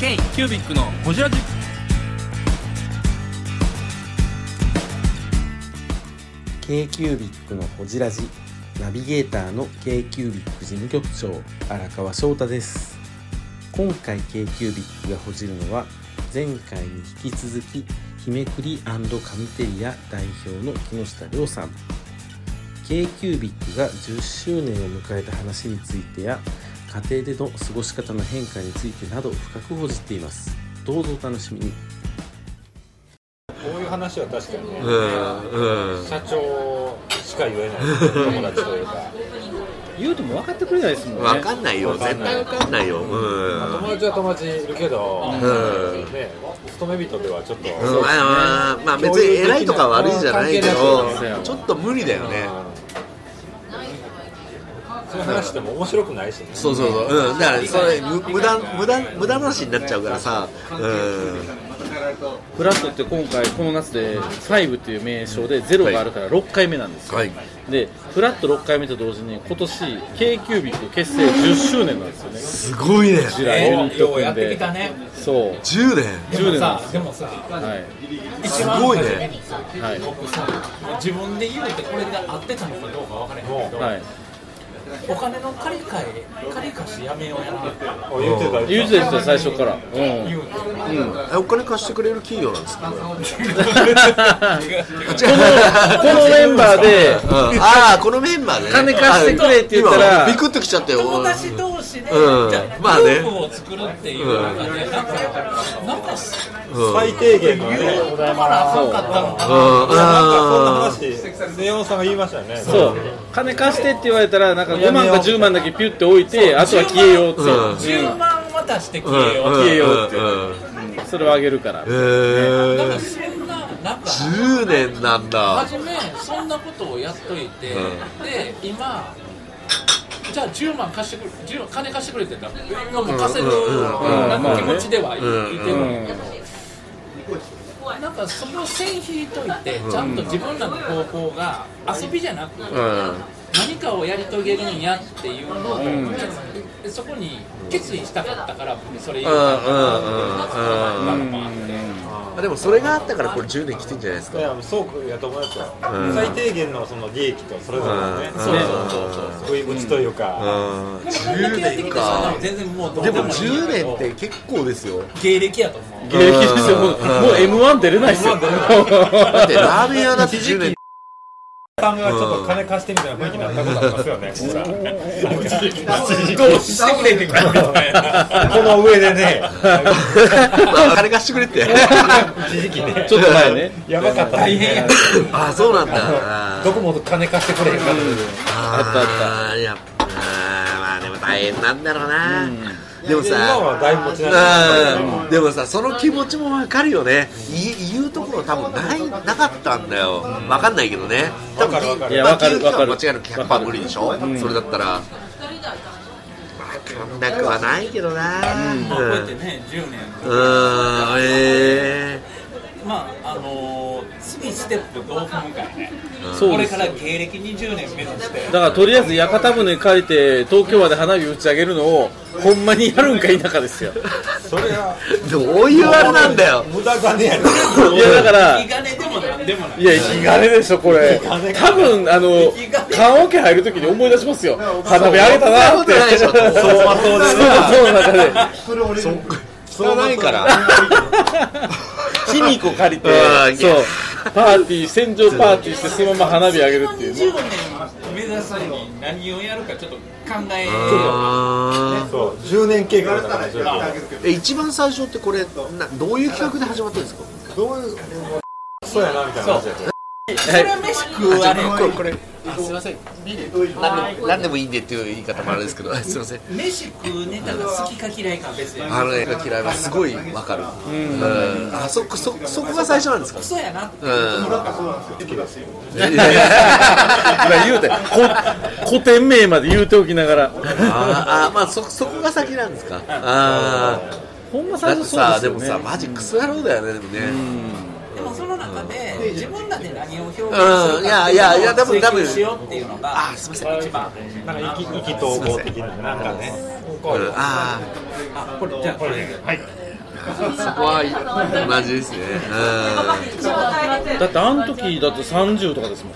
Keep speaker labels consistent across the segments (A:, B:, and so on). A: ケイキュービックのホジラジ
B: ー k ービックのほじラジナビゲーターの k ービック事務局長荒川翔太です今回 k ービックがほじるのは前回に引き続き姫くりカミテリア代表の木下亮さん k ービックが10周年を迎えた話についてや家庭での過ごし方の変化についてなど深くほじっていますどうぞお楽しみに
C: こういう話は確かにね、
D: うんうん
C: 社長しか言 えない友達というか、
A: 言うても分かってくれないですもんね
D: わかんないよ
C: わか
D: 絶
C: んない
D: 対わかんないようん
C: まあ友達は友達いるけど、
D: ん
C: ね、勤め人ではちょっと、
D: うんまあまあ別に偉いとか悪いじゃないけど
C: 共有できない
D: ちょっと無理だよね
C: そういう話しても面白くないしね、
D: そうそうそう、うん、だからそれむ無駄無駄無駄なしになっちゃうからさう
A: フラットって今回この夏で5っていう名称で0があるから6回目なんですよ、
D: んはい
A: でフラット6回目と同時に今年 k キュービック結成10周年なんですよね
D: すごいね
A: こちらユニット組んで
E: ようやってきたね
A: そう
D: 10年
A: 10年なん
E: さ
A: で
E: でもさ
A: すはい
D: すごいね
A: はい
E: 僕さ自分で言うてこれで合ってたのかどうか分からへんけど、
A: はい
E: お金の借り換え借り貸しやめようやなって
C: お言うてたら
A: 言うてたんですよ最初からうん
E: 言うて
D: えお金貸してくれる企業なんですかこれ
A: このこのメンバーで
D: うんああこのメンバーでね
A: 金貸してくれって言ったら
D: あ今ビクッときちゃったよ
E: 友達同士で、
D: うん
E: じゃあ
D: まあね
E: グループを作るっていうのがね、なんかなんか
D: うん
C: 最低限のね、
E: 言うたらあかんかったのか
D: う
E: なん
C: いやなん
D: う
C: か
D: ん
C: そんな話、ネオさんが言いましたよね、
A: そう金貸してって言われたらなんか5万か10万だけピュッて置いてあとは消えようって
D: う、ん
E: 10万渡して消えよう、
D: 消
A: えようって
D: う
A: それをあげるから
D: ん
E: だか
D: へえ
E: らそんななんか
D: 10年なんだ
E: 初めそんなことをやっといて、
D: うん
E: で今じゃあ10万貸してくれ10万金貸してくれって言ったらもう貸せるなんか気持ちではいい
D: うん
E: いてる
A: うん
E: だけどなんかそこを線引いといてちゃんと自分らの方向が遊びじゃなく
D: うん
E: 何かをやり遂げるんやっていうのを
A: ん
E: 決そこに決意したかったからそれ言
D: う
E: うんか
D: うんうんうん
A: う
D: あでもそれがあったからこれ10年来てんじゃないです
C: い
D: か
C: やそうやと思いますよ、
D: うん
C: 最低限のその利益とそれぞれのね、
D: うん
C: そうそうそうそう、うちという
D: う
C: か、
D: ん
E: な
D: 10
E: んかやってきた人
D: 年か
E: は全然もうどう
D: で
E: でも
D: も
E: いい
D: 10年って結構ですよ
E: 芸歴やと思う
A: 芸歴ですよもうもう
D: うん
A: m 1出れないですよ
D: だってラーメン屋だって10年
C: さんがちょっと金貸してみたいな雰囲気になったことありますよね、ほら
E: どうしてくれてくれみたいな
C: この上でね、
D: 金貸してくれって
C: 一時期ね
A: ちょっと前ね
C: やばかった大変や
D: ああそうなんだ
C: どこも金貸してくれへんか
D: あああやっぱあーまあでも大変なんだろうなでも
C: 今
D: さ
C: はだいぶ持ちな
D: うんでもさその気持ちもわかるよねい言うところ多分ないなかったんだよわかんないけどね多分
C: わかるわかる
D: い
A: いやわかる
D: 言う人は
A: わか
D: 間
A: る
D: 違いなく100%無理でしょそれだったらわかんなくはないけどな
E: もうこうやってね10年
D: うんえ
E: まああのー、次ステップどう踏むかやね
A: そう
E: こ
A: で
E: れ
A: す
E: から芸歴20年目指して
A: だからとりあえず屋形船借りて東京まで花火打ち上げるのをほんまにやるんか否かですよ
C: それは
D: ーどういうあれなんだよ
C: 無駄金やね
A: いやだから
E: 気兼ねでもなんでもない
A: いや、引き金でしょ、これ。多分、あの、棺桶入るときに思い出しますよ。花火あげたなって。
D: そんなことないでし
A: そ
D: ょ
A: う、そう、の中で。
D: 汚いから
A: 卑弥呼借りて
D: う、ん
A: そう、パーティー、戦場パーティーして、そのまま花火あげるっていうね。
E: 20年目指すに何をやるかちょっと考えよ
D: あー
C: そう10年計画だからちょっと
D: え一番最初ってこれなどういう企画で始まったんですか
C: どういうそうやなみたいな話や
E: それは飯食うわれ
D: これこれあすいません何でも何でもいいんでっていう言い方もあれですけどすいません
E: 飯食うネタが好きか嫌いかは別に
D: あの映画嫌いはすごいわかるうんあそこそそこが最初なんですか
E: クソやなって
D: うん い
A: 今
D: やいや
A: 言うて、こ古典名まで言うておきながら。
D: あーあーまあそそこが先なんですかあ
A: ほんま
D: あだ
A: 最
D: って
A: 初そう
D: さ
A: です
D: で
A: よ
D: もさ
A: ね。
D: マジクソ野郎だよねでもね
E: でもその中で自分らで何を表現する
D: うんいやいやいや
E: か
D: 多
E: ってい
D: 分
E: うの
D: 多
E: を追
D: 分
E: 求しようっていうのが
D: あーすいません
E: 一番
C: なんか意気意気投合的ななんかね
D: うんああ
E: あこれじゃあこれ
C: はい
D: そこは同じですね。
A: だってあの時だと30とかですもん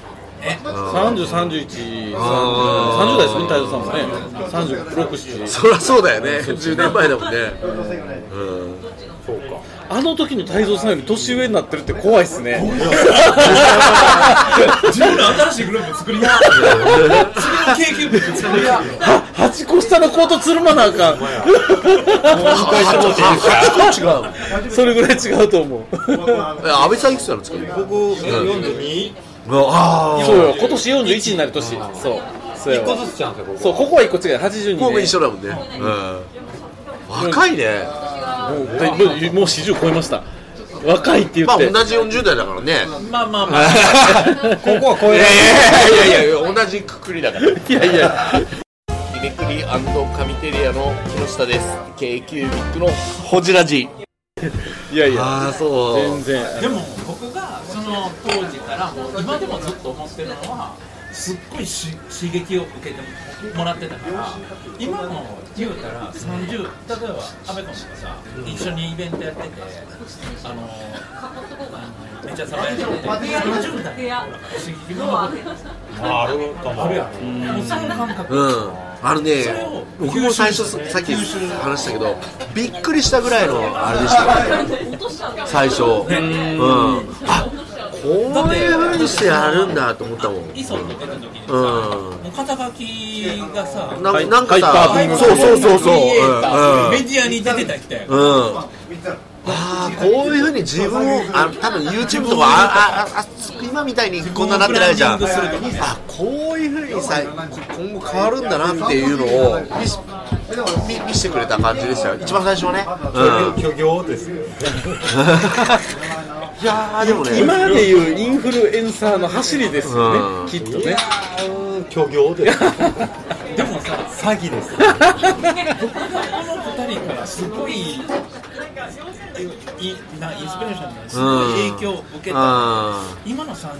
A: 30、31、30 30代ですね、太蔵さんもね、36、
D: うん。
A: 7、
D: そりゃそうだよね。10年前だもんね。うん。
A: あの時の太蔵さんより年上になってるって怖いっす ね、
C: 自分の新しいグループ作りな。次の KQ 部作りな。
A: 8個下のコートつるまなあかん、
D: あ、ちょっと違 う。
A: それぐらい違うと思う、
D: え安倍さんいくつなのですか僕
C: 42。
D: ああ
A: そうよ、今年41になる年、そう、そうや
C: 一個
A: わ
C: ずつちゃうんですよ、ここ。
A: そうここは1個違う、82
D: 神戸
A: 年
D: 一緒だもんね、うん、若いね
A: でもうもう40超えました、若いって言
D: ま
A: っ
D: あ
A: て、
D: 同じ40代だからね
E: まあまあまあ。
C: ここは超えられない。
D: いやいやいやいや同じくくりだから
A: いやいや、
D: ひねくりカミテリアの木下です k キュービックのホジラジ
A: いやいや、
D: ああそ
A: 全
D: う
A: 然、
E: でも僕がその当時からもう今でもずっと思ってるのはすっごいし刺激を受けてもらってたから今も言うたら30例えば阿部君がさ一緒にイベントやっててあのあのめちゃサバやってて40代刺激があ
C: あ
E: る
C: るかも。
E: あるやんもうその感覚
D: うんあのね
E: それを
D: 僕も最初さっき話したけどびっくりしたぐらいのあれでしたよ最初うんあこういうふうにしてやるんだと思ったもん
E: 磯を出た時にさ、
D: うん
E: もう肩書きがさ
D: な
A: はい
D: なんかさ
A: ハイパー
D: そうそうそう
E: クリエ
D: そう
E: イター
D: うん
E: メディアに出てた人やん
D: うん。ああ、こういうふうに自分を、あ多分 YouTube とか、ああああ今みたいにこんななってないじゃん。
E: ブランディングすると
D: あこういうふうにさ今後変わるんだなっていうのを見し見見せてくれた感じでしたよ、一番最初はね。うん、
C: 虚業ですよ。
D: いやー、でもね。
A: 今でいうインフルエンサーの走りですよ
D: う
A: ね、
D: ん
A: きっとね。
C: 虚業です。
E: でもさ
C: 詐欺です。
E: この二人からすごいいいなインスピレーションだよす
D: うん
E: ごい影響を受け
D: う
E: た
D: ん
E: 今の30代の頃って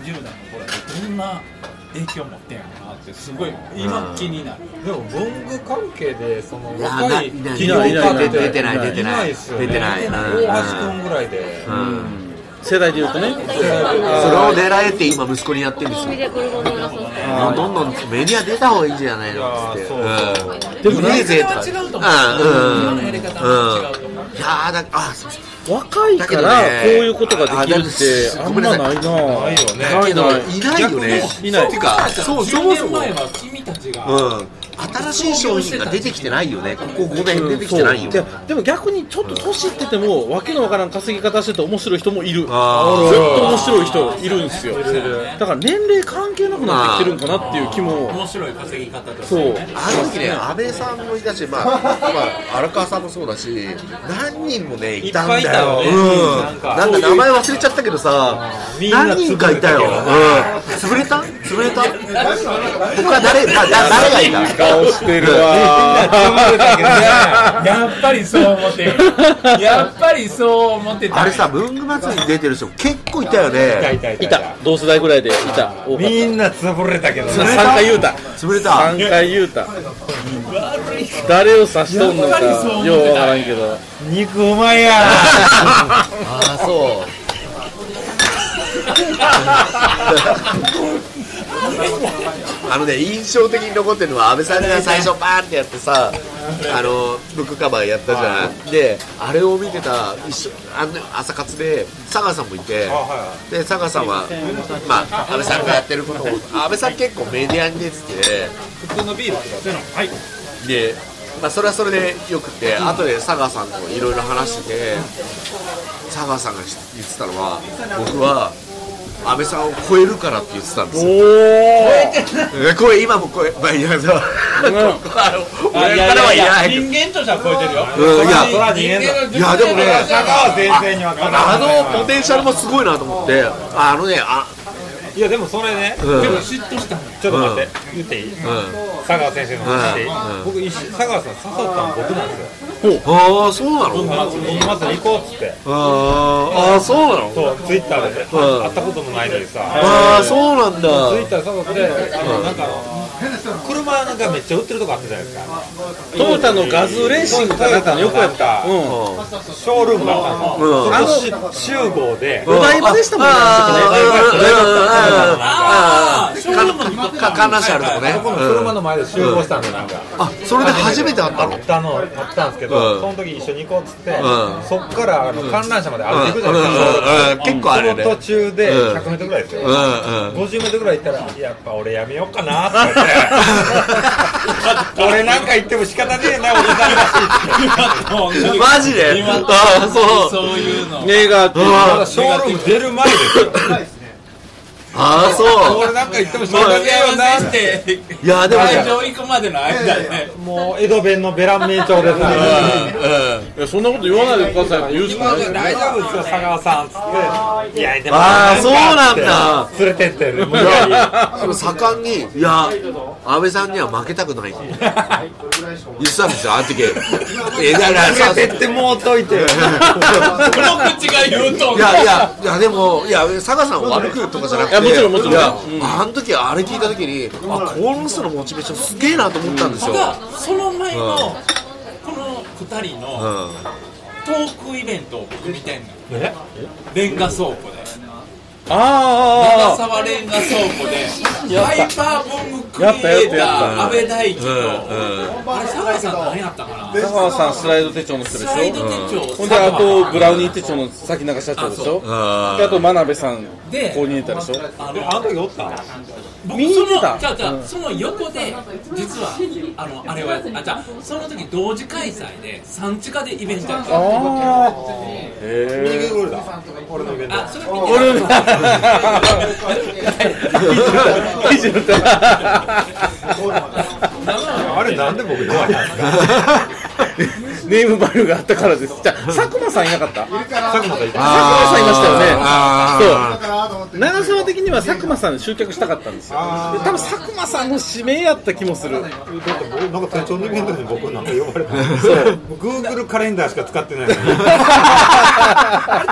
E: どんな影響を持ってんやろなってすごい今気になる
C: でも文具関係でその
D: いやーな
C: 若い
D: いない
C: 企業家って
A: いない
D: 出てない出てない
C: いっすよ
D: 出
C: ね
D: てないうん
C: 大橋君ぐらいで。
D: うん
A: 世代で言うとね、
D: それを狙えて今息子にやってるんですよ。 どんどんどんメディア出た方がいいんじゃないのっつっ
C: い
D: て。
C: やーそう
D: うん
A: でもね
D: いいぜとか
E: それは違うと思う
D: うんうん
E: 今のやり方は違うと思う
D: いやーだあそう
A: 若いからこういうことができるってあんまないな。
C: ないよね。
D: だけど
A: ない
D: いないよね。
A: いない
D: っていうかそうそ
E: 10
D: もそ
E: 年
D: も。
E: 前は君たちが
D: うん。新しい商品が出てきてないよね。ここ5年出てきてないよ。
A: そうでも逆にちょっと年いってても、わけのわからん稼ぎ方してて面白い人もいるずっと
D: あー
A: 面白い人いるんですよだから年齢関係なくなってきてるんかなっていう気も
E: 面白い稼ぎ方とか
A: そう
E: ね
D: あの時ね、安倍さんもいたし、まあ、まあ、荒川さんもそうだし、何人もね、いたんだ
C: い
D: よ。
C: っぱいいたよね
D: うん
C: なんか
D: なんか名前忘れちゃったけどさ、
C: みんな
D: 何人かいたよ。うん潰れた潰れた他誰、だだ誰がいた
A: 顔してるわ
E: やっぱりそう思ってるやっぱりそう思ってた
D: あれさ、文具祭りに出てる人結構いたよね。
C: たい
A: いた同世代ぐらいでいた多かっ
C: みんな潰れたけど
A: た
C: ね。
A: 3回言うた
D: 潰れた
A: 3回言うた誰を指しとんのか
E: やっぱりそう思ってた
A: ようわからんけど
C: 肉うまいや
D: ああ、そう。あのね、印象的に残ってるのは安倍さんが最初バーンってやってさあのブックカバーやったじゃないであれを見てた一緒あの朝活で佐賀さんもいて
C: は
D: で佐賀さんは、まあ、安倍さんがやってることを安倍さん結構メディアに出てて。
C: 普通のビールとかゼロ。はい。
D: で、まあ、それはそれでよくて、後で佐賀さんといろいろ話してて、佐賀さんが言ってたのは、僕は安倍さんを超えるからって言ってたんですよ。えこれ今も超え、まあ、いや、そう、 ここはあの俺からはいらないけど。
E: 間としては超えてるよ
D: うん、いや、
C: そら人間だ。
D: いやでもね
C: は全然に分からない。
D: あのポテンシャルもすごいなと思って、あのね、あ、
C: いやでもそれね、
D: うん、
E: で
D: う
E: も
D: ん、
E: 嫉妬したの
C: ちょっと待って、言っていい、
D: あ
C: 佐川先生の話していい、
D: うん
C: 僕一緒佐川さん刺さったの僕なんですよ
D: あー、そうなの
C: まず行こうっつって
D: あーあー、そうなの
C: そうツイッターで、
D: うん
C: 会ったこともないのにさ、
D: ああ、そうなんだ。
C: ツイッターで佐川さんで、あのなんか
F: 車なんかめっちゃ売ってるとこあったじゃないですか
A: トヨタのガズレーシングかなんかの横やった。
F: ト
A: う
F: ヨ
A: ん。
F: ショールームがあったん
D: うん
F: ですよそこし集合で
D: お
A: 台場でしたもんね
D: あ
E: ショールームに行っ
D: あ、観覧車あるとこね。
F: そこの車の前で集合したんでなんか
D: あ、それで初めて会った
F: あ
D: の
F: ったのあったんですけ
D: うん
F: どその時一緒に行こうっつって
D: ん
F: そっからあの観覧車まで歩いていくじゃないですか
D: 結構あるよね。
F: その途中で
D: う
F: 100
D: ん
F: メートルぐらいですよ
D: うんうん。
F: 50メートルぐらい行ったらやっぱ俺やめようかな って言って俺なんか言っても仕方ねえなおじさんらしいっつっ て
D: マジで
E: 今
D: あそう。
E: そういうの
A: 映画っていうのは
F: まだショールーム出る前ですよ
D: ああ、そ
F: 俺なんか言っても仕方ねえよなって
E: て
D: う。いや、でも、
E: 会場行くまでの間ね
F: もう江戸弁のベラン名調で さ
A: いやそんなこと言わないでくださいって言うしかないですよ
F: 大丈夫ですよ佐川さんっつっていやでも
D: あーそうなんだ
F: 連れてってる無理やり
D: その盛んに、いや、安倍さんには負けたくないって言ってたんですよ、あの時。え、だから、さ
F: 連れてってもうといて
E: この口が言うと
D: いやいや、いやでも、いや、佐賀さんを悪くとかじゃなく
A: いや
D: て、
A: もちろんもちろん
D: いやあの時、あれ聞いた時に、あ、この人のモチベーションすげえなと思ったんです
E: た
D: よ。
E: だその前
D: う
E: の
D: ん
E: この2人
D: う
E: の
D: ん。
E: トークイベントを僕見てんのレンガ倉庫で長
A: あーあーあ
E: 沢レンガ倉庫でハイパーボムクリエイター阿部大樹とあれ佐賀さん何やったか
A: ー
E: な
A: 佐川さんスライド手帳の人
E: ス
A: で
E: ライ
A: し
E: ド
A: ょ
E: 手帳
A: ほんであとブラウニー手帳の先中社長でしょで
D: あ
A: あと真鍋さん
E: で
A: コーディネーターでしょ
E: あ
F: で
E: の
F: あの時おった
E: 僕
A: 見に行ってた
E: そのじゃあじゃあその横で実はあのあれはやってあじゃあその時同時開催で産地下でイベントやってた
A: ああ
F: 逃げ
A: へえ
F: るだ俺のイベント
E: あそれ見て
A: 俺
E: た
A: 以上
F: あれなんで僕弱いん ですか
A: ネームバリューがあったからですじゃあ佐久間さんいなかった佐久
F: 佐久間さんいた
A: 間さんいましたよね
D: あー
A: そう長澤的には佐久間さんに集客したかったんですよで多分佐久間さんの指名やった気もする
F: だって僕なんか手帳のイベントに僕なんか呼ばれたそうグーグルカレンダーしか使ってないのに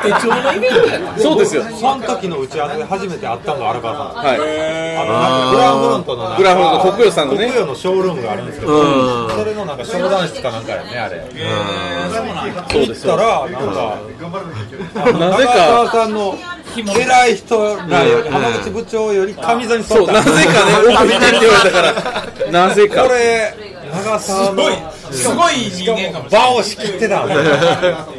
E: 手帳のイベントやった
A: そうですよ
F: その時の打ち合わせで初めて会ったのが荒川さん
A: はい
F: あのなんかグランフロントのなんか
A: グランフロント国領さんのね
F: 国領のショールームがあるんですけどそれのなんか商談室かなんかやねあれ
E: そうなんや
A: そうです
F: 行った
A: よ
F: らなんか
A: なぜ
F: 中
A: か
F: 川さんの偉い人らより浜口部長より神座に座
A: そ
F: っ
A: う
F: た
A: なぜかね 奥見てって言われたからなぜか
F: これ長澤の
E: すごい人間かもしれな
F: 場を仕切ってたんですよ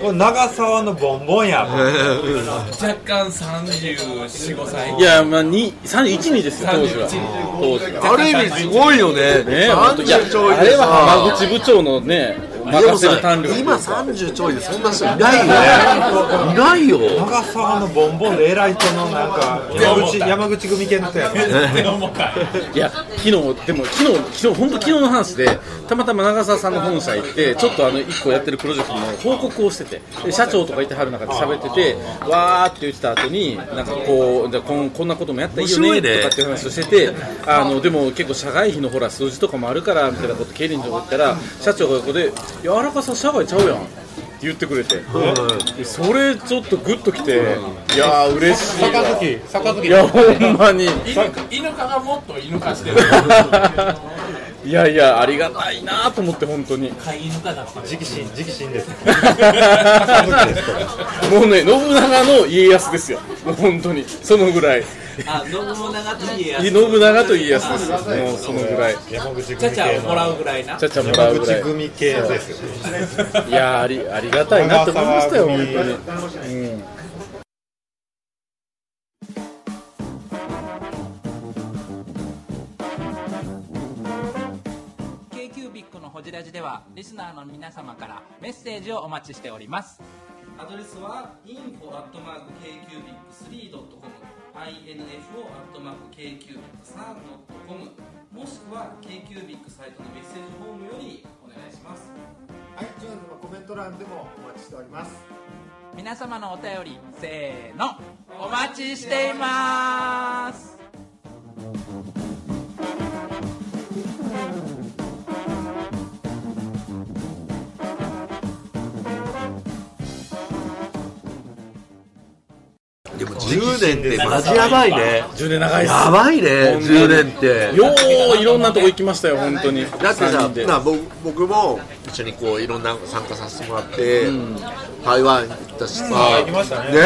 F: これ長澤のボンボンや
E: い若干345歳
A: いやまあに31人ですよ当時は当時は
D: ある意味すごいよね。
A: ね本当いや
D: 30超え
A: あ
D: で
A: れ
D: さ
A: は浜口部長のね
D: でも
A: 任せる
D: さ
A: 胆力
D: 今30ちょいでそんな人いないよね。いないよ。
F: 長澤のボンボンで偉い人のなんか山口山口組系の人やね
E: で重かい
A: いや昨日でも昨日昨日本当昨日の話でたまたま長澤さんの本社行ってちょっとあの一個やってるプロジェクトの報告をしててで社長とかいてはる中で喋っててわーって言ってた後になんかこうじゃあこんこんなこともやったらいいよね
D: 面白いね
A: とかっていう話をしててあのでも結構社外費のほら数字とかもあるからみたいなこと経理のとこ行ったら社長が横で「いや荒川さん社外ちゃうやん」って言ってくれてでそれちょっとグッときていやー嬉しいわ
F: 杯
A: いやほんまに。
E: 犬か犬かがもっと犬化してる
A: いやいや、ありがたいなと思って、本 当に。
E: 飼い犬かだった
F: 直心直心です
A: もうね、信長の家康ですよ、もう本当に、そのぐらい、
E: あ信長と家康
A: 信長と家康ですよ、もうそのぐらい、
F: 山口組
E: ちゃちゃ
F: 系
E: をもら
F: の
E: うぐらいな
A: ちゃちゃもら
F: 山
A: うぐら
F: 口
A: い、
F: 組系ですよ
A: いやあり、ありがたいなと思いましたよ、
F: 長
A: 本
F: 澤
A: 当
F: 組
A: に。
E: k q b i c のほじラジではリスナーの皆様からメッセージをお待ちしております
G: アドレスは info.kcubic3.com info.kcubic3.com もしくは KQBIC サイトのメッセージフォームよりお願いします
H: iTunes のコメント欄でもお待ちしております
E: 皆様のお便りせーのお待ちしています
D: でも10年ってマジやばいね
A: 10年長いっす
D: やばいね10年って
A: よういろんなとこ行きましたよ本当に
D: だって
A: 三
D: さ
A: 人で
D: な僕僕も一緒にこういろんな参加させてもらって、台湾行ったしさ、
F: 行きましたね
D: ね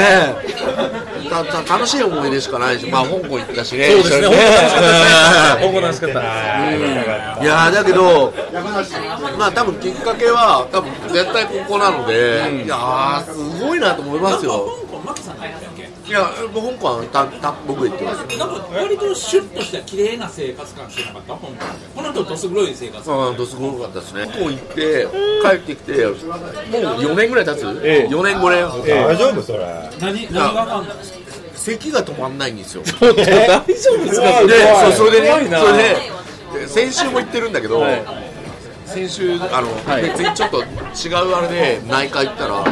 D: えたた楽しい思い出しかないし、まあ、香港行ったしね
A: そうですね
D: 一緒に
A: 本当楽 しかった
F: はい行ってない
D: いやーだけど、まあ多分きっかけは、多分絶対ここなので、いやー、すごいなと思いますよ。
E: 香港マキさん何やったっけ
D: いや、もう香港はたた僕行ってます。
E: なんか割とシュッとした綺麗な生活感してなかった香港でこの人どす黒い生活
D: ああ、どすごかったですね。香港行って、帰ってきて、もう4年ぐらい経つ、
F: ええ
D: ?4 年、5年。
F: 大丈夫それあ
E: 何何があかんのですか
D: 咳が止まんないんですよ。
A: 大丈夫ですか
D: で、そうそれで
A: 怖
D: ね、
A: いな
D: それでで先週も行ってるんだけど、先週あの、
A: い
D: 別にちょっと違うあれで内科行ったら、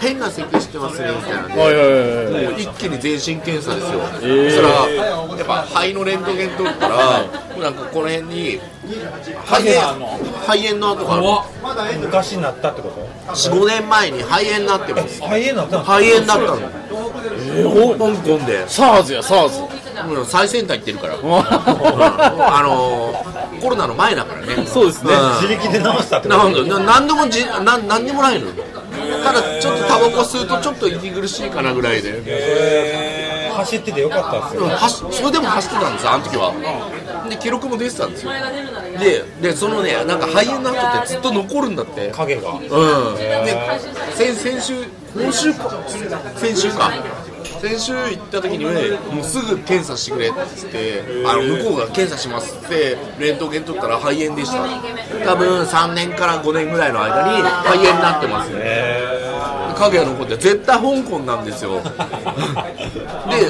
D: 変な咳してますねみたいなんで、
A: はいはいはいはい
D: もう一気に全身検査ですよ。そしたらやっぱ肺のレントゲン取ったら、もうなんかこの辺に肺
E: 影がある
D: 炎
E: の
D: 肺炎の跡がある。
E: 怖っ
F: 昔になったってこと
D: 四五年前に肺炎になってます。
F: 肺炎になったの
D: 肺炎になったの。香港で。
A: SARS や SARS
D: もう最先端行ってるから、あのーコロナの前だからね、そうですね、
F: 自力で治したってこ
D: なん
F: と
D: だななんでもじなんなんでもないのよ、ただちょっとタバコ吸うと、ちょっと息苦しいかなぐらいで、
F: 走っててよかったです
D: でも
F: よ
D: 走それでも走ってたんですよ、あの時は。で、記録も出てたんですよ、で、でそのね、なんか肺炎の後ってずっと残るんだって。
F: 影が
D: うん、で先先週、今週か、先週か、先週行った時にもうすぐ検査してくれって言って、あの向こうが検査しますって、レントゲン取ったら肺炎でした、多分3年から5年ぐらいの間に肺炎になってますね、影が残って、絶対香港なんですよ。で,、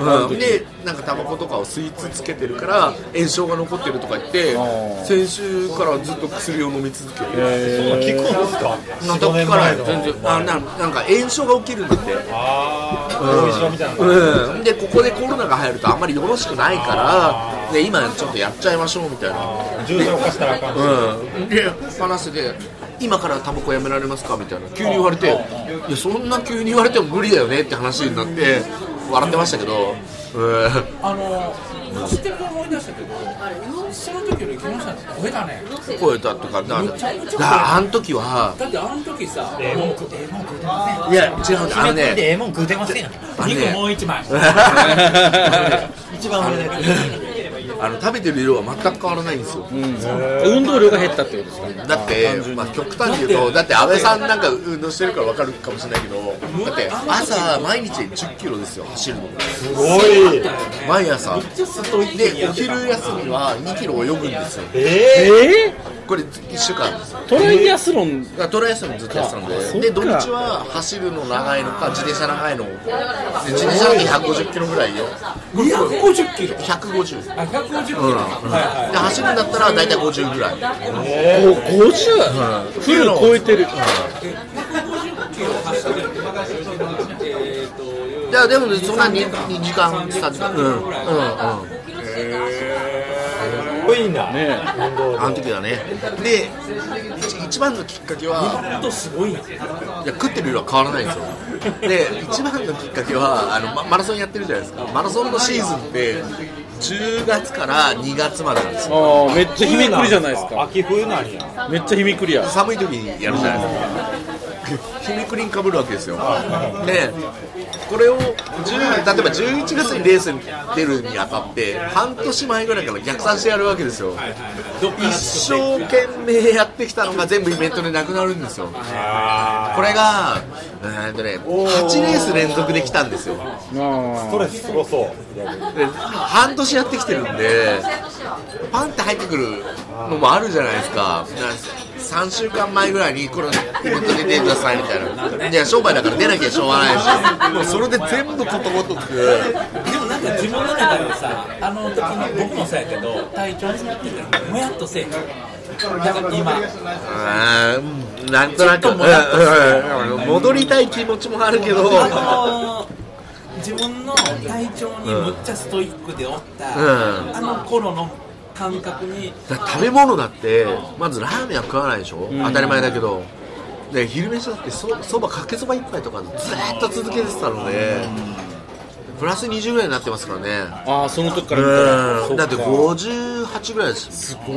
D: うん、でなんかタバコとかをスイーツつけてるから炎症が残ってるとか言って先週からずっと薬を飲み続けて
F: そんな聞くんですか
D: の
F: 4-5
D: 時
F: 年
D: から
F: 前の
D: 全然あななんか炎症が起きるんだって、
F: あー後遺症みたいなのが
D: うん、でここでコロナが入るとあんまりよろしくないからで今ちょっとやっちゃいましょうみたいな、
F: 重症化したらあかん
D: うん、で話で今からタバコやめられますかみたいな急に言われていやそんな急に言われても無理だよねって話になって笑ってましたけど、うん、
E: あの聞いても思い出したけどその時より木下さん超えたね
D: 声だとかだだ
E: めちゃめちゃ
D: からあの時は
E: だってあの時さもうええもん食うてません
D: いや違うんだあのね
C: ええもん食うてませんやん
D: あのね
E: 肉もう一枚
C: 一番俺だ
D: あの食べてる色は全く変わらないんですよ、
A: 運動量が減ったってことですか
D: だって、まあ、極端に言うとだって安倍さんなんか運動してるから分かるかもしれないけどだって朝毎日1 0キロですよ走るの
F: すごい
D: 毎朝でお昼休みは2キロ泳ぐんですよ
F: え
A: え
D: これ1週間ですよ
A: ー、トライアスロン
D: だからトライアスロンずっとやってたん
A: そっか
D: でで土日は走るの長いのか自転車長いので自転車だと150キロぐらいよ
E: 250キロ
D: 150
E: あ150キロ、
D: うん
E: はい
D: で走るんだったら大体50ぐらい
A: お50、フル超えてる、
E: 150キロ走ってるえーと
D: いやでもねそんな 2, 2時間3時間うんうんうん
F: すごいな
A: ね
F: 運動
D: あの時だねで一一番のきっかけは
E: 本当すごいない
D: や食ってる量は変わらないんですよで一番のきっかけはあのママラソンやってるじゃないですかマラソンのシーズンって10月から2月までなんですよ
A: あーめっちゃひめくりじゃないですか
F: 秋冬なんや
A: めっちゃひめくりや
D: 寒い時にやるじゃないですかひめくりにかぶるわけですよでこれを10例えば11月にレースに出るにあたって半年前ぐらいから逆算してやるわけですよ一生懸命やってきたのが全部イベントでなくなるんですよこれが、えーっとね、8レース連続できたんですよ、
F: ストレスすごそう
D: で半年やってきてるんで、パンって入ってくるのもあるじゃないですか、3週間前ぐらいに、これ、イベントで出てくださいみたいな、いや、商売だから出なきゃしょうがないし、もうそれで全部ことごとく、
E: でもなんか自分の中でさ、あの時に僕もそうやけど、体調になってたら、もやっとせえへん。だから今、
D: あーうんなんとな
E: ちょ
D: く、
E: っともやっと
D: うんうん戻りたい気持ちもあるけど。
E: あのー自分の体調にむっちゃストイックでおった、
D: うん
E: あの頃の感覚に、
D: だから食べ物だってまずラーメンは食わないでしょ、当たり前だけどで昼飯だってそそばかけそば一杯とかずーっと続けてたので、プラス20ぐらいになってますからね
A: ああその時から見たら
D: う
A: そ
D: ん
A: うか
D: だって58ぐらいです
A: すごい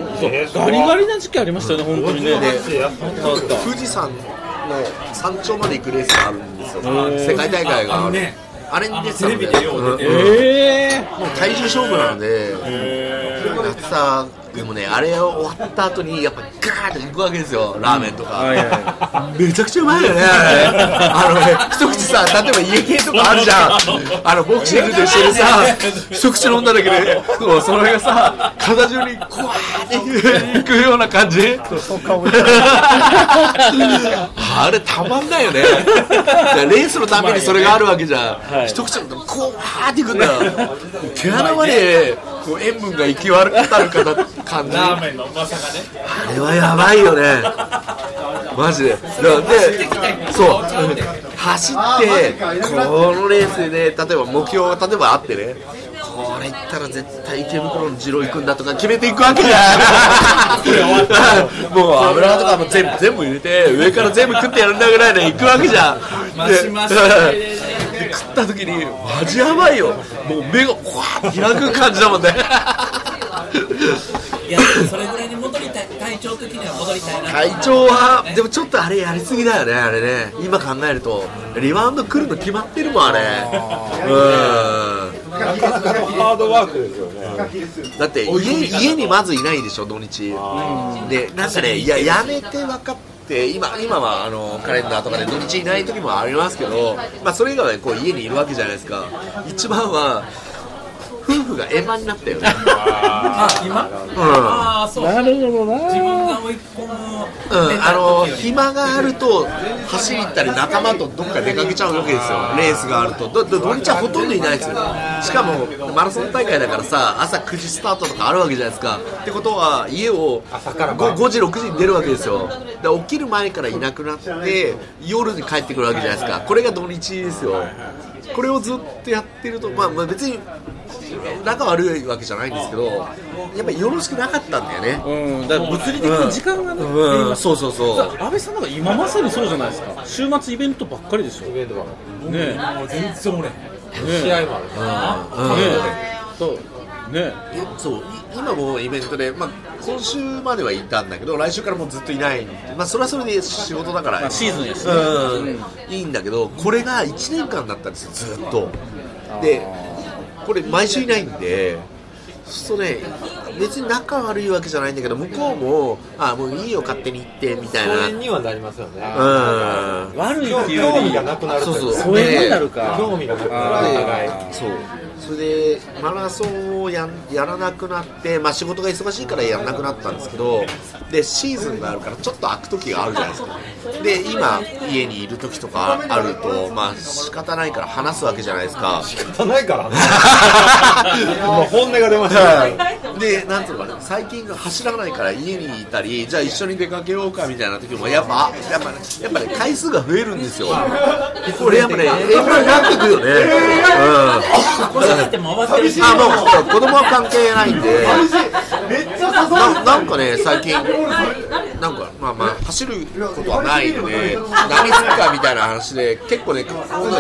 A: そうガリガリな時期ありましたよね本当にね
F: やっぱ
A: 変わった
D: 富士山の山頂まで行くレースがあるんですよ世界大会
E: あ
D: が
E: の
D: ある
E: ね
D: あれに出てた
E: テレ
D: の
E: ビ
D: で
E: でよう出てる
A: ええ
D: もう体重勝負なので、やってた、でもね、あれ終わった後に、やっぱガーッと行くわけですよ、ラーメンとか。
A: はいは
D: めちゃくちゃうまいよね、あのね、一口さ、例えば家系とかあるじゃん、あのボクシングと一緒でさ、一口飲んだだけで、そうその辺がさ、体中にこわーっていくような感じ、あれ、たまんないよね、レースのためにそれがあるわけじゃん、一口飲んだら、こわーっていくんだよ、毛穴までこう塩分が行き渡るかな感じ。
E: ーメンのうまさがね
D: あれはやばいよねマジでだからでそう走ってこのレースでね例えば目標が例えばあってねこれ行ったら絶対池袋の二郎行くんだとか決めていくわけじゃん もう油とかも全部全部入れて上から全部食ってやるんだぐらいで行くわけじゃんマシマシで 食った時にマジやばいよもう目がこわーって開く感じだ もんね
E: いやでもそれぐらいに戻りたい体調的には戻りたいな
D: 体調は、でもちょっとあれやりすぎだよね、あれね、今考えると、リバウンド来るの決まってるもん、あれ、
F: なかなかのハードワークですよね。
D: うん、だって家家にまずいないでしょ、土日、でなんかね、いや、やめて分かって、今今はあのカレンダーとかで土日いない時もありますけど、まあ、それ以外はねこう家にいるわけじゃないですか、一番は、夫婦が円満になったよね。
E: あ今
D: うん
E: ああそうなるほどな自分が追い込む
D: うん、あの暇があると走り行ったり仲間とどっか出かけちゃうわけですよレースがあるとどど土日はほとんどいないですよしかもマラソン大会だからさ朝9時スタートとかあるわけじゃないですかってことは家を
F: 朝から晩
D: 5, 時6時に出るわけですよで起きる前からいなくなって夜に帰ってくるわけじゃないですかこれが土日ですよこれをずっとやってると、まあ、まあ別に仲悪いわけじゃないんですけどやっぱりよろしくなかったんだよね
A: いうんだから物理的に時間がね、
D: うん、そうそうそう
A: 安倍さんなんか今まさにそうじゃないですか週末イベントばっかりでしょねえ
E: もう全然俺
A: 試合もあるねえそうね
D: そうい今もイベントで、まあ、今週まではいたんだけど来週からもうずっといない、まあ、それはそれで仕事だから、
A: あシーズンやしね
D: うん、いいんだけどこれが1年間だったんですよずっとでこれ毎週いないんでそうね別に仲悪いわけじゃないんだけど向こうもあもういいよ勝手に行ってみたい
B: それ
D: な
B: にはなりますよね
D: うん
A: 悪いっていう
F: 興味が
A: よ
F: なくなるとい
D: そう
F: う
D: そう
A: り疎遠になるか
F: 興味がなくなるお互い
A: あ
D: そうそれでマラソンをやんやらなくなって、まあ、仕事が忙しいからやらなくなったんですけどでシーズンがあるからちょっと空く時があるじゃないですかで今家にいる時とかあるとまあ仕方ないから話すわけじゃないですか
F: 仕方ないからね今本音が出ましたね
D: はい でなんていうのかな最近走らないから家にいたりじゃあ一緒に出かけようかみたいな時もやっぱやっぱねやっぱね回数が増えるんですよこれやっぱね遠慮になってくよね、うん
E: 子育ても終わってるし
D: あもう子供は関係ないんでななんかね最近なんかまあまあ走ることはないので何するかみたいな話で結構ねここねもう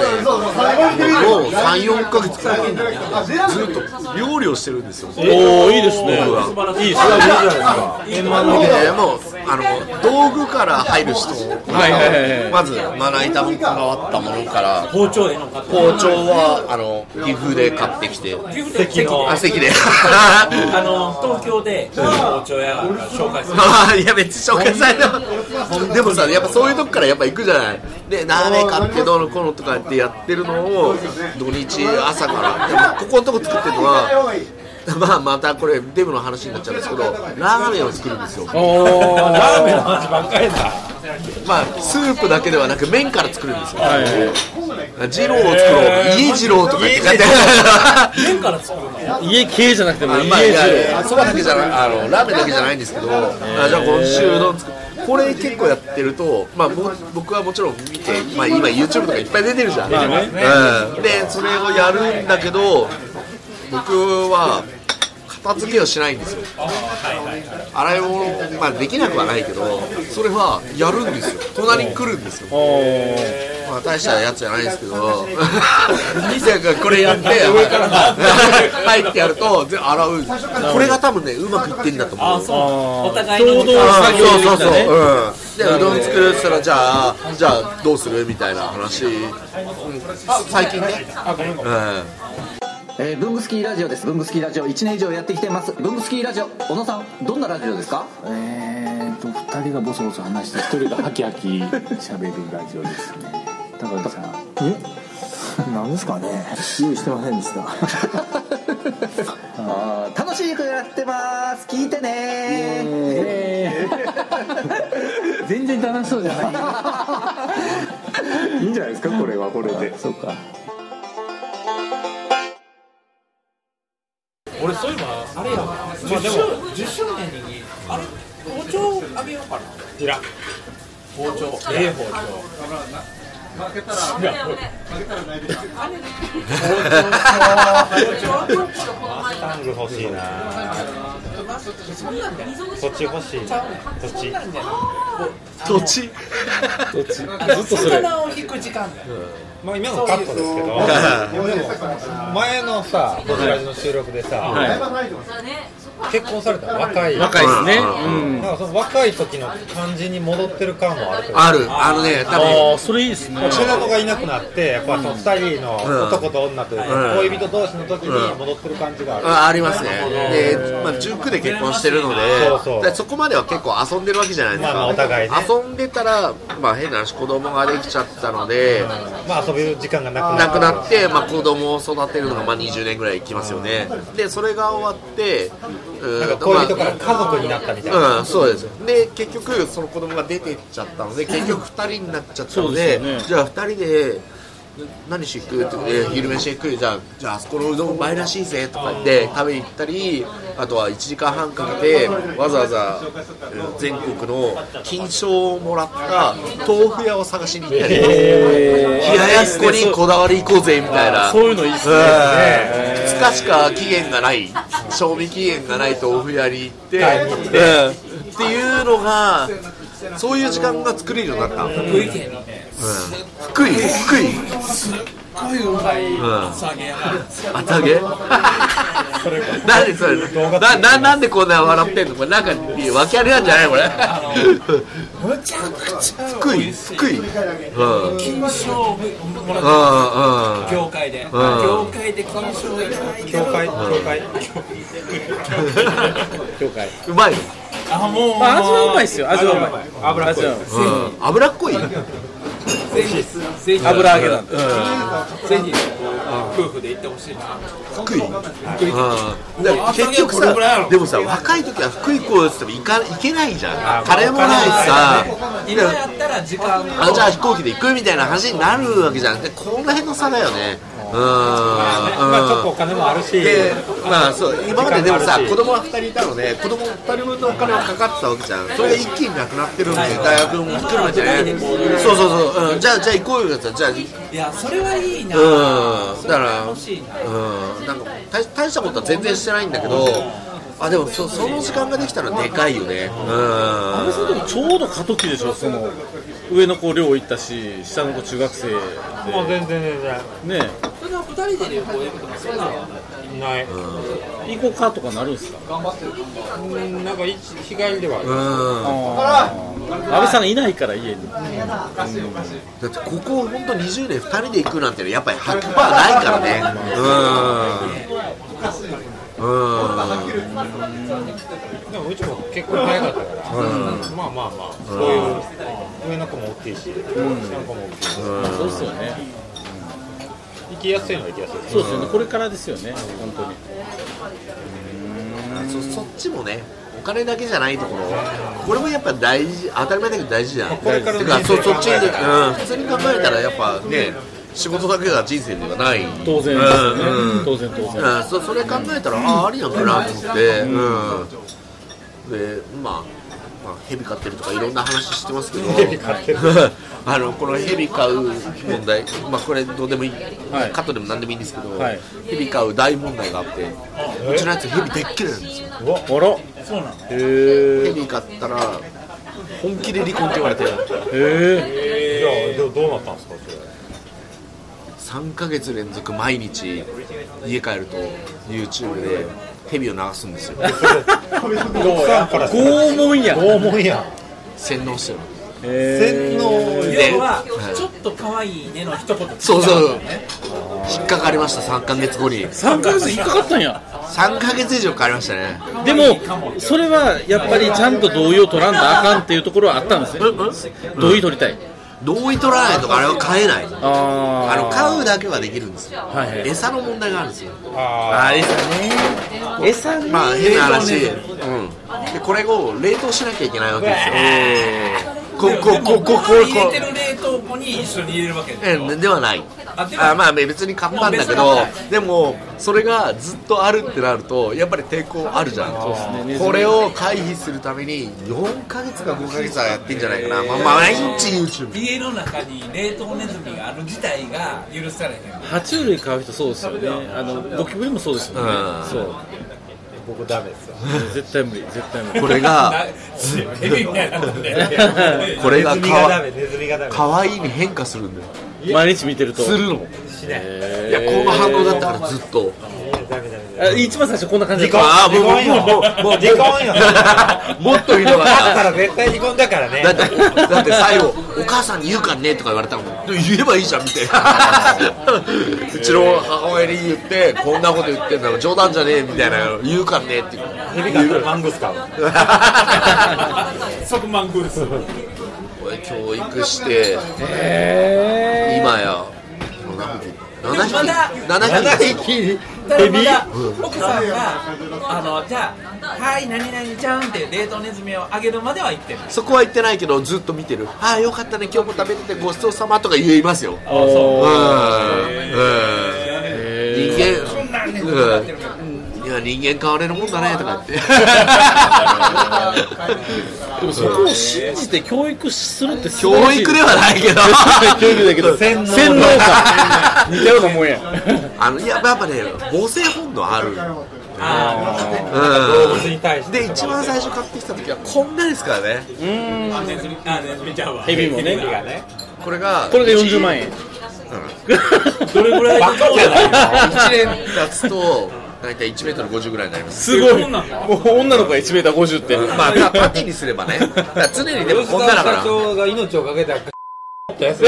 D: 34ヶ月くらいずっと料理をしてるんですよ
A: ーおおいいですねいいですね
D: でもうあの道具から入る人
A: はいはいはいはい
D: まずまな板もこだわったものから
E: 包丁への方
D: 包丁はあの岐阜で買ってきて
E: 岐阜で
D: あ
E: 関
D: 席で
E: あの東京で包丁屋が紹介する
D: ああいや別に紹介されてもでもさやっぱそういうとこからやっぱ行くじゃないで何名買ってどうのこうのとかやってやってるのを土日朝からでもここのとこ作ってるのは まあまたこれデブの話になっちゃうんですけどラーメンを作るんですよ
A: おー
E: ラーメンの話ばっかりだ
D: まあスープだけではなく麺から作るんですよ
A: はいはい
D: 二郎を作ろう家二郎とか言って書いてある
E: 麺から作るの
A: 家系じゃなくても家
D: あ
A: 二
D: まあいやい
A: 郎
D: やそばだけじゃないあのラーメンだけじゃないんですけど、あじゃあ今週のつくこれ結構やってると、まあ、ぼ僕はもちろん見て、まあ、今 YouTube とかいっぱい出てるじゃん、うん、でそれをやるんだけど僕は片付けをしないんですよ洗い物、まあ、できなくはないけどそれはやるんですよ隣に来るんですよ
A: おー
D: まあ大したやつじゃないですけど、兄さんがこれやって、 入ってやると、全部洗うんですこれが多分ね、うまくいってんだと思う。
E: そうお互いの
A: 共同
D: あ
A: 作業
D: そうそう
A: 的な
D: そう、
A: ね
D: うん、でうどん作るって言ったらじゃあじゃあどうするみたいな話、うん、最近ねうん
I: えー、ブングスキーラジオですブングスキーラジオ1年以上やってきてますブングスキーラジオ小野さんどんなラジオですかえーと2人がボソボソ話して1人がハキハキ喋るラジオですね高橋さんえなんですかね用意してませんでした 楽しくやってます聞いてね 全然楽しそうじゃ ないいいんじゃないですかこれはこれでそうか
E: 俺そういえばあれやわ、まあ、でも10周年にあれ包丁あげようかないら包丁ええ包丁
F: タング欲しいなそっち欲しいそっち
D: 土地
A: ずっとそれ
E: 魚を引く時間だよ
F: まあ今のカットですけど前のさこちらの収録でさ
A: は
F: 結婚された若い
A: い、若いですね、
D: う
A: うん
F: なんかその若い時の感じに戻ってる感もあるけど
D: あるあのね多分
A: ああそれいいですね
F: 子供がいなくなってやっぱその2人の男と女というか
D: うん
F: 恋人同士の時に戻ってる感じがある
D: あありますねで、まあ、19で結婚してるので
F: そうそう
D: でそこまでは結構遊んでるわけじゃないですか、
F: まあまあお互いね
D: 遊んでたら、まあ、変な話子供ができちゃったので、
F: まあ遊べる時間がなくな
D: 亡くなって、まあ、子供を育てるのがまあ20年ぐらいいきますよねでそれが終わってうん
F: なんか恋人から家族になったみたいな、
D: うん、そうですで結局その子供が出てっちゃったので結局2人になっちゃった
A: そ
D: ので
A: うですよね
D: じゃあ2人で何し食うってえー昼飯食うじゃあじゃああそこのうどんうまいらしいぜとか言って食べに行ったりあとは1時間半かけてわざわざえー全国の金賞をもらった豆腐屋を探しに行ったり冷ややっこにこだわり行こうぜみたいな
A: そういうのいいっすね
D: 2日しか期限がない賞味期限がない豆腐屋に行って、うんっていうのがそういう時間が作れるようになった、
E: 福井県にね
D: 福井福井
E: すっごいうまい
D: ん
E: 厚揚げや
D: 厚揚げなんでそれなななんでこんな笑ってんのこれなんか訳ありなんじゃないこれ
E: なむちゃくちゃ
D: 福井福井うんうん
E: 金賞をもらっ
D: うん
E: た業界で業界で金賞をいただいて
F: 教会教会
D: うまいの
E: あもう
A: まあ味はうまいっすよ味はうまい油味はうまい
D: うん脂っこい
E: ぜひぜひ
A: 油揚げなんで、
E: ぜひ夫婦で行ってほしいな
D: 福井うんだから結局さでもさ若い時は福井行こうよって言っても行か行けないじゃん金もないしさ
E: 今やったら時間
D: あじゃあ飛行機で行くみたいな話になるわけじゃんでこの辺の差だよねう
F: まあちょっと
D: ーん
F: お金もあるし
D: でまあそう今まででもさ
F: 時間もあるし
D: 子供が2人いたので子供2人分のお金はかかってたわけじゃんそれが一気になくなってるんで大学も含めてねそうそうそう、うん、じゃあじゃあ行こうよって言ったらじゃあ
E: いやそれはいいな
D: うんだから
E: 楽しいな
D: うんなんか大大したことは全然してないんだけどあでもそその時間ができたらでかいよねうん
A: あれさでもちょうど過渡期でしょその上の子寮行ったし下の子中学生で
F: もう全然全
A: ね
E: それは二人で旅行行くとかそういうのは
F: 然ない、
A: 行こうかとかなるんすか
F: うん、なんか一日帰りではある
D: うん
A: あー安倍さんがいないから家に
D: だってここ本当20年2人で行くなんてやっぱり100%ないからねうーんうーん
F: でもうちも結婚早かったから、まあまあまあそういう上の子も大きいし、下の子も大きいし
A: そうっすよね
F: 行きやすいのは行きやすいです
A: そうっすよねこれからですよね本当に
D: そそっちもねお金だけじゃないところこれもやっぱ大事当たり前だけど大事じゃん
F: これからの
D: てか
F: 人
D: そ
F: 生
D: そっち
F: 考えた
D: うん普通に考えたらやっぱね仕事だけが人生ではない
A: 当然
D: う
A: ですよね
D: んうん
A: 当然当然
D: うん、そそれ考えたら、ああ、ありなんかなと思って、うん、で、まあ、まあ、蛇飼ってるとか、いろんな話してますけど、 あのこの蛇飼う問題、まあ、これ、どうでもいい、
A: はい
D: カットでもなんでもいいんですけど、
A: はい
D: 蛇飼う大問題があって、うちのやつ、蛇でっけえなんですよ、
A: あら
E: そうなの
A: へえ
D: 蛇飼ったら、本気で離婚って言われて、
A: へえ
F: えじゃあどうなったん ですかそれ
D: 3ヶ月連続毎日家帰ると YouTube でヘビを流すんですよ
A: 拷問や
F: 拷問やん
D: 洗脳してる
F: 洗脳
D: で
E: 要は
D: はい
E: ちょっと可愛いねの一言
D: そうそう引っかかりました3ヶ月後に
A: 3ヶ月引っかかったんや
D: 3ヶ月以上かかりましたね
A: でもそれはやっぱりちゃんと同意を取らんとあかんっていうところはあったんですね同意取りたい
D: 同意取らないとかあれは買えない
A: あ
D: あの
A: う
D: 買うだけはできるんですよ、
A: はいはい
D: 餌の問題があるんですよ
F: あ
D: あ餌ね餌ねまあ変な話、うん、でこれを冷凍しなきゃいけないわけですよここここここ
E: 入れてる冷凍庫に一緒に入れるわけで
D: え
E: しょ
D: ではない
E: あでも
D: あまあ別に買ったんだけど
E: もう別
D: でもそれがずっとあるってなるとやっぱり抵抗あるじゃんこれを回避するために4ヶ月か5ヶ月はやってんじゃないかな、まあ、まあ毎日 YouTube
E: 家の中に冷凍ネズミがある自体が許されへん
A: 爬虫類飼う人そうですよねあのゴキブリもそうですよね
D: うん
A: そう
F: 僕ダメですよ
A: 絶対無理絶対無理
D: これが
E: ヘビみたいになってんだよね
D: これが
F: ネズミがダ
D: か
F: メネズミがダメ
D: 可愛いに変化するんだよ
A: 毎日見てると
D: するの
F: しない
D: いやこの反応だったからずっと
F: えーダメダメダメ
A: あ一番最初こんな感じで
F: 離婚
D: あーもう
F: もうもうもう離婚よ
D: もっとひどかっ
F: だった
D: た
F: ら絶対離婚だからね
D: だってだって最後「お母さんに言うかね」とか言われたもんでも言えばいいじゃんみたいなうちの母親に言ってこんなこと言ってんだから冗談じゃねえみたいな言うかねっていう
F: ヘビがあったら マングス買う
E: 即マングース
D: 俺教育して今や
E: まだ
D: 7匹7匹
E: ただまだ奥さんがあのじゃあはい何々ちゃんって冷凍ネズミをあげるまでは言ってる
D: そこは言ってないけどずっと見てるああよかったね今日も食べててごちそうさまとか言いますよ
A: あそう
D: うん人間うんいや人間変われるもんだねとか言って
A: でもそこを信じて教育するって素晴
D: 教
A: らしい
D: 育ではないけど
A: 教育だけど洗脳か似たようなもんや
D: あのいややっぱね母性本能ある
F: 動物に対し
D: うん
F: て
D: で一番最初買ってきた時はこんなですからね
E: あネズミあネズミちゃんは
A: ヘビもね
E: ヘビがね
D: これが
A: これが40万円
E: どれぐらい
F: バカじゃない
D: 1年経つと大体1メートル50ぐらいになります
A: すごいもう女の子が 1m50 って
D: まあた縦にすればねだから常にでもこんなだから
F: 社長が命をかけたら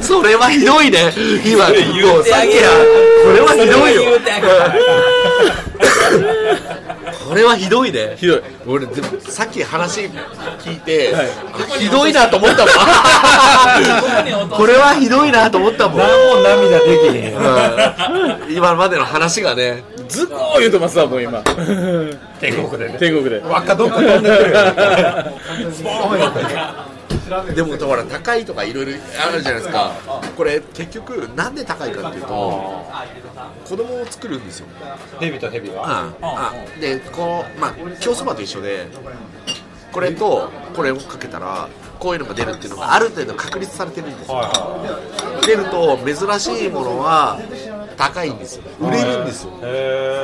D: それはひどいね今言うてあげやこれはひどいよ
E: 言うてあげ
D: これはひどいね
A: ひどい
D: 俺でもさっき話聞いて、あひどいなと思ったもん これはひどいなと思ったもん
F: もう涙できへんよ
D: うん今までの話がね
A: ズコー言うてますわもう今
F: 天国でね
A: 天国で
F: 輪っかどっか飛んでくるよ
D: でもほら高いとかいろいろあるじゃないですかこれ結局なんで高いかっていうと子供を作るんですよ
F: ヘビとヘビは
D: ああでこうまあ競そばと一緒でこれとこれをかけたらこういうのが出るっていうのがある程度確立されてるんですよ出ると珍しいものは高いんですよ売れるんですよ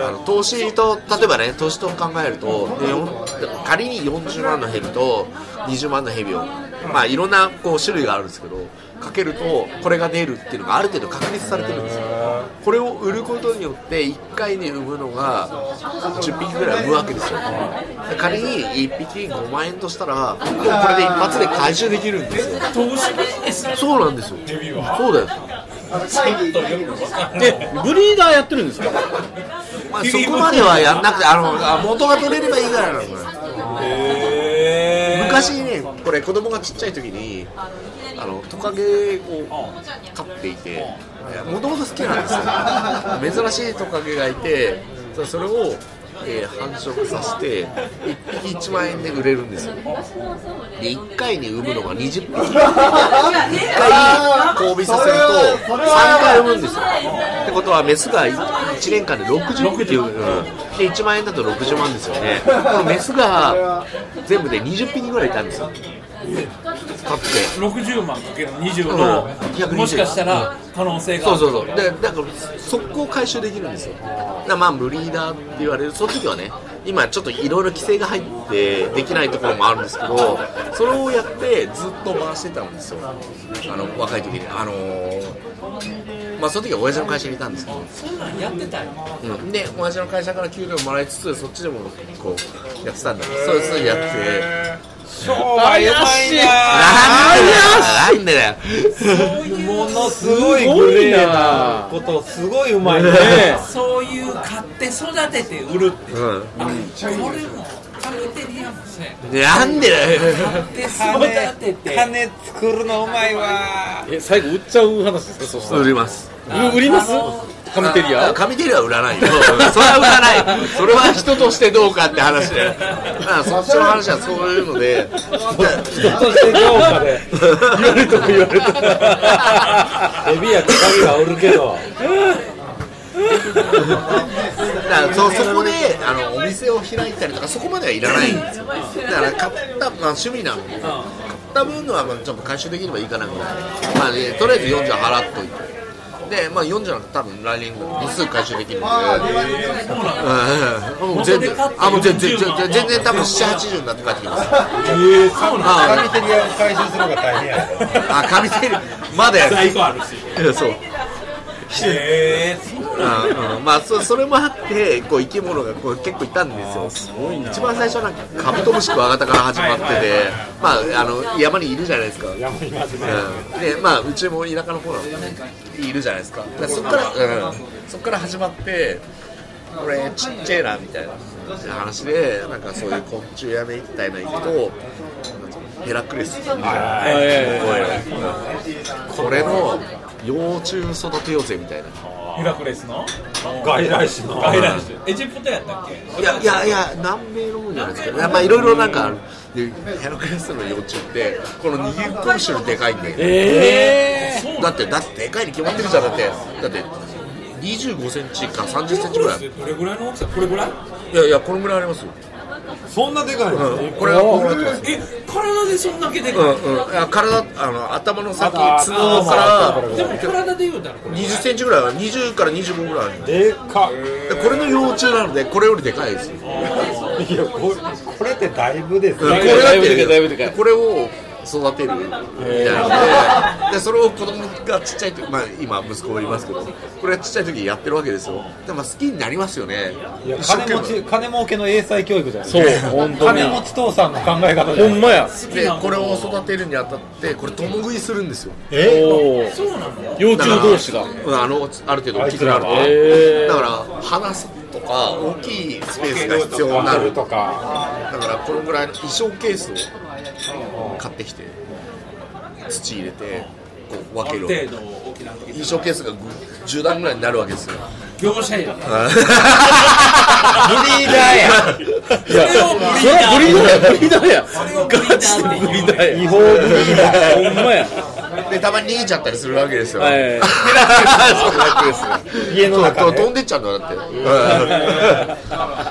D: あの投資と例えばね投資と考えるとでよん仮に40万のヘビと20万のヘビをまあいろんなこう種類があるんですけどかけるとこれが出るっていうのがある程度確立されてるんですよこれを売ることによって1回に産むのが10匹ぐらい産むわけですよ仮に1匹5万円としたらもうこれで一発で回収できるんですよ
E: 投資ビジネス
D: そうなんですよそうだよ
A: え ブリーダーやってるんですか
D: まあ、そこまではやんなくて、あの、あ元が取れればいいからなのよ昔ね、これ子供がちっちゃい時に、あの、トカゲを飼っていて、もともと好きなんですよ。珍しいトカゲがいて、そそれを、えー繁殖させて、1匹1万円で売れるんですよ。で、1回に産むのが20匹。1回交尾させると、3回産むんですよ。ってことはメスが1年間で60匹うんで1万円だと60万ですよねこのメスが全部で20匹ぐらいいたんですよ買って
E: 60万かける20
D: うん
E: の
D: 120
E: もしかしたら可能性が
D: そうそうそうでだから速攻回収できるんですよだからまあブリーダーって言われるその時はね今ちょっといろいろ規制が入ってできないところもあるんですけどそれをやってずっと回してたんですよあの若い時にあのまあその時は親父の会社にいたんですけど
E: そんなんやってたよ
D: うん、で親父の会社から給料もらいつつそっちでもこうやってたんだけどそうそうやって
A: 怪しい
D: なんでだよ
F: ものすごいグレーなことすごいうまいね
E: そういう買って育てて売るっていう、
D: なんで
E: あこれもカフェテリアもそうや
D: だよなんで だ
E: で
D: よ
E: 育て
F: 金
E: て
F: 金作るのうまいわ
A: え最後売っちゃう話ですかそした
D: 売ります
A: ら売りますカミテリア
D: あ紙テリアは売らないよ それは売らないそれは人としてどうかって話でまあそっちの話はそういうの で
F: そしてどうかで
A: 言われとも言われと
F: エビや鏡はおるけど
D: だからそそこであのお店を開いたりとかそこまではいらないんですよだから買った、まあ、趣味なので買った分のはまあちょっと回収できればいいかなぐらい、まあね、とりあえず40払っといて。でまあ、40なんか多分来年ぐらいにすぐ回収できるんで、うんもう全然、あもう全然、全然、全然多分7、80になって帰ってきます。あ
F: 紙テリアを回収するのが大変やね
D: あ、紙テレビ、まだやる
E: 在庫あるし
D: えそう。うんうんまあそそれもあってこう生き物がこう結構いたんですよ一番最初なんかカブトムシクワガタから始まっててまああの山にいるじゃないですか山にいますね、うんでまあうちも田舎の方なのでいるじゃないですかだからそっから、うん、そっから始まってこれちっちゃいなみたいな話でなんかそういう昆虫やめみたいなの行くとヘラクレスっていうのがこれの幼虫育てようぜみたいな
E: ヘラクレスの
F: 外来種の
E: 外来種エジプトやったっけ
D: いやいやいや南米の方じゃないですかねまあいろいろなんかあるでヘラクレスの幼虫ってこの握り拳よりでかいんだよ、だってだってでかいに決まってるじゃんだってだって25センチか30センチぐらい
E: どれぐらいの大きさこれぐらい
D: いやいやこのぐらいありますよ
F: そんなでかいの
D: これはこれです
E: え体でそんだけで
D: う
E: かい、
D: んうんいや体あの頭の先角から
E: でも体で言うたらこれ
D: 20センチぐらいは20から25ぐらいある
F: でか
D: でこれの幼虫なのでこれよりでかいですよ
F: いいやここれってだいぶです
D: こ
F: ね
D: れだって
A: だいぶでかい
D: これを育てるみたいなのででそれを子供がちっちゃい時、まあ、今息子がいますけどこれはちっちゃい時にやってるわけですよでもまあ好きになりますよね
F: いや金持ち金儲けの英才教育じゃない
A: そう本当に
F: 金持ち父さんの考え方じ
A: ほ
F: ゃない
A: んまや
D: でこれを育てるにあたってこれ共食いするんですよ
A: おお幼虫同士が
D: うんあのある程度大きくなると
A: へー
D: だから話すとか大きいスペースが必要になる
F: とか
D: だからこのぐらいの衣装ケースを買ってきて土入れてこう分けるわけ
E: 程度大きな
D: 衣装ケースがぐ10段ぐらいになるわけですよ
E: 業者や
D: リーダーや
A: いや
E: それをブ
A: それはブリーダーやブリーダーや
E: それをブリーダーって言う
A: ブリーダーや
F: 違法ブリーダー
A: ほんまや
D: でたまに逃げちゃったりするわけです よ、
A: はい
D: ヘラクレスヘラクレス
F: 家の中
D: そう
F: で
D: 飛んでっちゃうんだよだって